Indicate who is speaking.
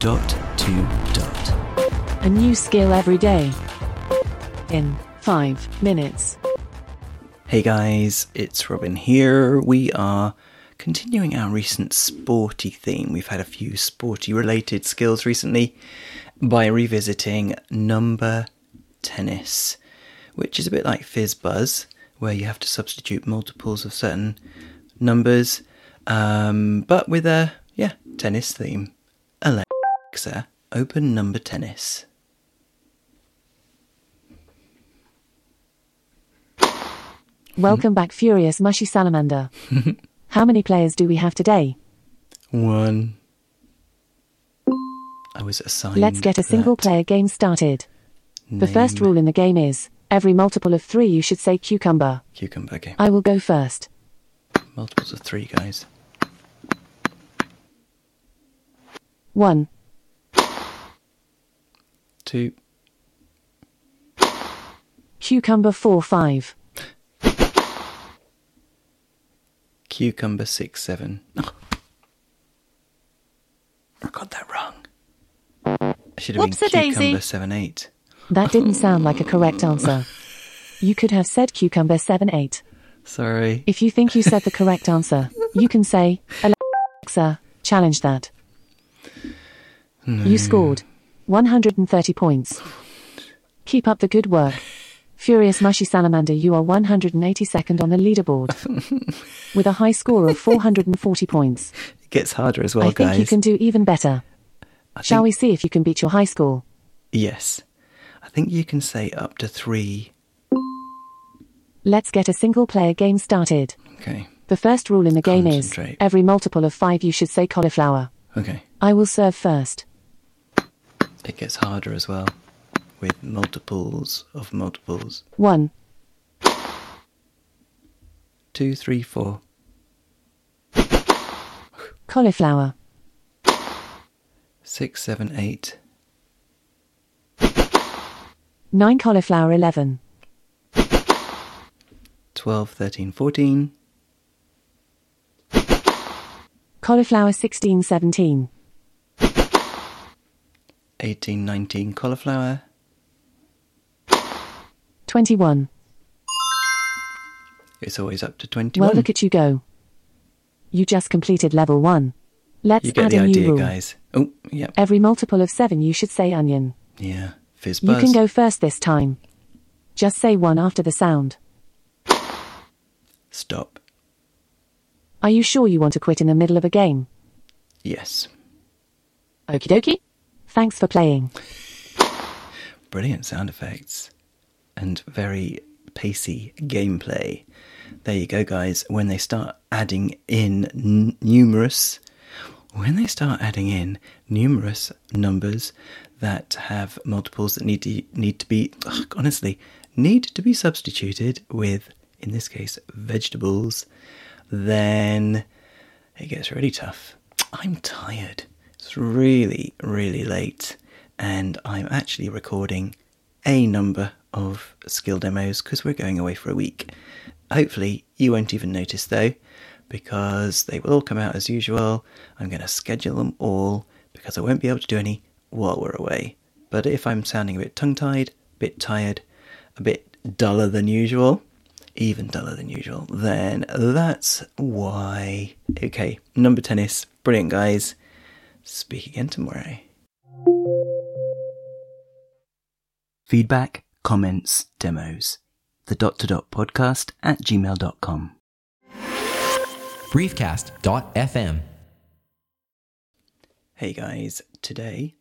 Speaker 1: Dot to dot.
Speaker 2: A new skill every day. In 5 minutes.
Speaker 1: Hey guys, it's Robin here. We are continuing our recent sporty theme. We've had a few sporty related skills recently by revisiting number tennis, which is a bit like fizz buzz, where you have to substitute multiples of certain numbers, um, but with a yeah tennis theme. Alexa, open number tennis.
Speaker 2: Welcome back, Furious Mushy Salamander. How many players do we have today?
Speaker 1: One. I was assigned.
Speaker 2: Let's get a single
Speaker 1: that
Speaker 2: player game started. The first
Speaker 1: name.
Speaker 2: rule in the game is every multiple of 3 you should say cucumber.
Speaker 1: Cucumber. Okay.
Speaker 2: I will go first.
Speaker 1: Multiples of three, guys.
Speaker 2: 1,
Speaker 1: Two.
Speaker 2: cucumber 4 5,
Speaker 1: Cucumber six seven. Oh. I got that wrong. I should have been
Speaker 3: Whoops-a-daisy.
Speaker 1: cucumber seven eight.
Speaker 2: That didn't sound like a correct answer. You could have said cucumber 7 8.
Speaker 1: Sorry.
Speaker 2: If you think you said the correct answer, you can say, Alexa, challenge that. You scored 130 points. Keep up the good work. Furious Mushy Salamander, you are 182nd on the leaderboard with a high score of 440 points.
Speaker 1: It gets harder as well,
Speaker 2: I think
Speaker 1: guys.
Speaker 2: you can do even better.
Speaker 1: I
Speaker 2: Shall we
Speaker 1: think-
Speaker 2: see if you can beat your high score?
Speaker 1: Yes. I think you can say up to three.
Speaker 2: Let's get a single player game started.
Speaker 1: Okay.
Speaker 2: The first rule in the game is
Speaker 1: Concentrate.
Speaker 2: every multiple of 5 you should say cauliflower.
Speaker 1: Okay.
Speaker 2: I will serve first.
Speaker 1: It gets harder as well with multiples of multiples.
Speaker 2: 1,
Speaker 1: Two, three, four.
Speaker 2: cauliflower.
Speaker 1: Six, seven, eight.
Speaker 2: 9 cauliflower 11
Speaker 1: 12, 13, 14,
Speaker 2: cauliflower 16 17
Speaker 1: 18, 19, cauliflower,
Speaker 2: 21
Speaker 1: It's always up to 21.
Speaker 2: well look at you go you just completed level 1 let's
Speaker 1: you get
Speaker 2: add
Speaker 1: the
Speaker 2: a new
Speaker 1: idea,
Speaker 2: rule
Speaker 1: guys. Oh, yeah.
Speaker 2: every multiple of 7 you should say onion
Speaker 1: Yeah. Fizz
Speaker 2: you
Speaker 1: buzz.
Speaker 2: can go first this time just say 1 after the sound
Speaker 1: Stop.
Speaker 2: are you sure you want to quit in the middle of a game
Speaker 1: Yes.
Speaker 2: okie dokie thanks for playing
Speaker 1: Brilliant sound effects and very pacey gameplay. There you go, guys. When they start adding in n- numerous, when they start adding in numerous numbers that have multiples that need to need to be ugh, honestly need to be substituted with, in this case, vegetables, then it gets really tough. I'm tired. It's really, really late, and I'm actually recording a number of skill demos because we're going away for a week. Hopefully, you won't even notice though, because they will all come out as usual. I'm going to schedule them all because I won't be able to do any while we're away. But if I'm sounding a bit tongue tied, a bit tired, a bit duller than usual, even duller than usual, then that's why. Okay, number tennis. Brilliant, guys. Speak again tomorrow. Feedback, comments, demos. The dot to dot podcast at gmail.com.
Speaker 3: briefcast.fm.
Speaker 1: Hey guys, today